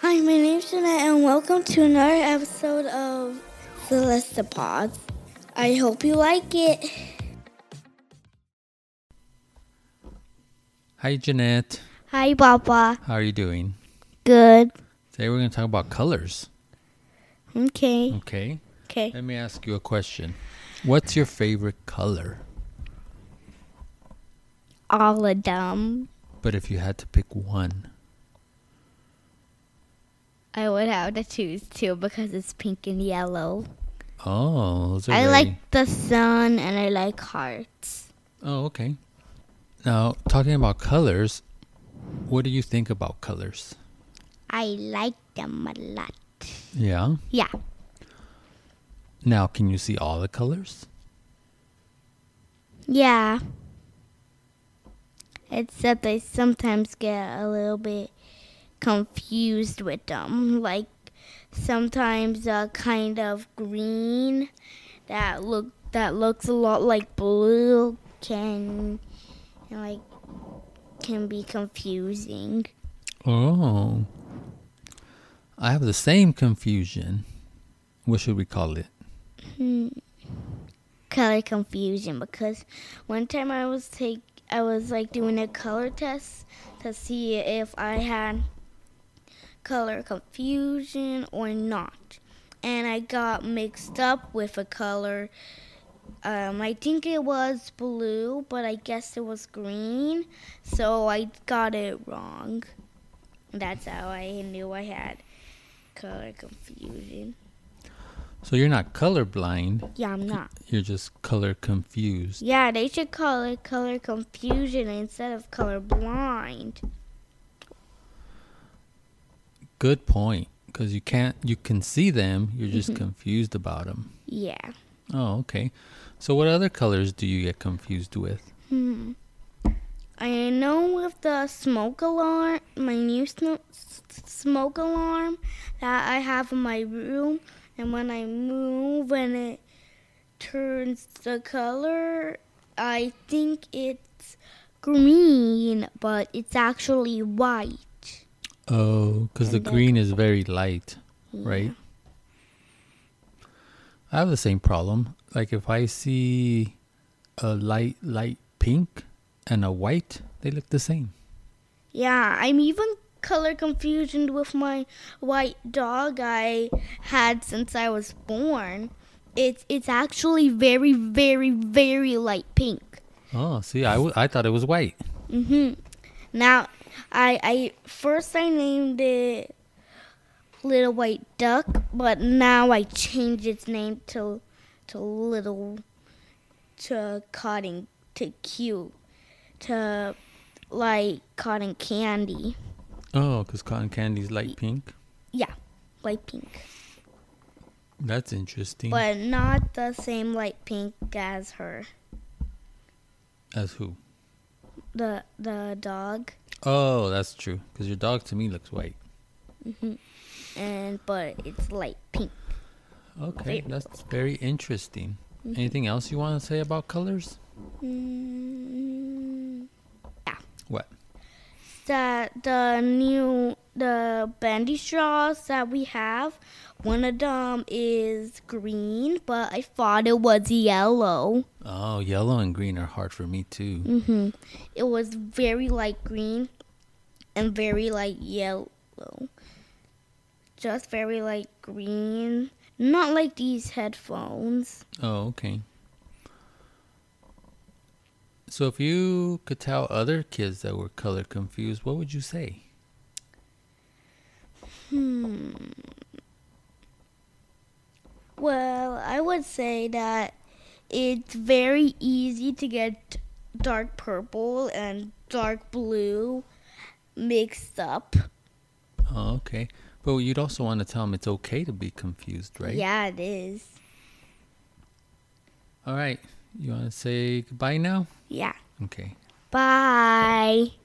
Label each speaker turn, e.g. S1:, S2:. S1: Hi, my name's Jeanette, and welcome to another episode of Celesta Pods. I hope you like it.
S2: Hi, Jeanette.
S1: Hi, Papa.
S2: How are you doing?
S1: Good.
S2: Today we're going to talk about colors.
S1: Okay.
S2: Okay.
S1: Okay.
S2: Let me ask you a question. What's your favorite color?
S1: All of them.
S2: But if you had to pick one,
S1: I would have to choose two because it's pink and yellow.
S2: oh, those are
S1: I
S2: very-
S1: like the sun and I like hearts.
S2: Oh, okay. Now, talking about colors, what do you think about colors?
S1: I like them a lot.
S2: Yeah.
S1: Yeah.
S2: Now, can you see all the colors?
S1: Yeah. Except I sometimes get a little bit confused with them. Like sometimes a kind of green that look that looks a lot like blue can like can be confusing.
S2: Oh. I have the same confusion. What should we call it?
S1: Mm. color confusion because one time I was take I was like doing a color test to see if I had color confusion or not. And I got mixed up with a color. Um, I think it was blue, but I guess it was green. So I got it wrong. That's how I knew I had color confusion.
S2: So you're not colorblind,
S1: Yeah, I'm not.
S2: you're just color confused.
S1: Yeah, they should call it color confusion instead of color blind.
S2: Good point. Because you can't, you can see them. You're just confused about them.
S1: Yeah.
S2: Oh, okay. So, what other colors do you get confused with?
S1: Hmm. I know with the smoke alarm, my new sno- s- smoke alarm that I have in my room, and when I move and it turns the color, I think it's green, but it's actually white.
S2: Oh, because the
S1: And then-
S2: green is very light, right? I have the same problem. Like if I see a light, light pink and a white, they look the same.
S1: Yeah, I'm even color confused with my white dog I had since I was born. It's it's actually very very very light pink.
S2: Oh, see, I, w- I thought it was white.
S1: Mhm. Now, I I first I named it Little White Duck, but now I changed its name to to Little to Cotton to Cute to like cotton candy.
S2: Oh, because cotton candy's light pink.
S1: Yeah, light pink.
S2: That's interesting.
S1: but not the same light pink as her
S2: As who?
S1: the the dog
S2: Oh, that's true. Because your dog to me looks white.
S1: and but it's light pink
S2: Okay,
S1: Right.
S2: that's very interesting. Anything else you want to say about colors?
S1: mm,
S2: What?
S1: that the new the bandy straws that we have one of them is green but i thought it was yellow
S2: Oh, yellow and green are hard for me too.
S1: hmm it was very light green and very light yellow just very light green not like these headphones
S2: Oh, okay. So if you could tell other kids that were color confused, what would you say?
S1: Hmm. Well, I would say that it's very easy to get dark purple and dark blue mixed up.
S2: Oh, okay. But you'd also want to tell them it's okay to be confused, right?
S1: Yeah, it is.
S2: All right. You want to say goodbye now?
S1: Yeah.
S2: Okay.
S1: Bye.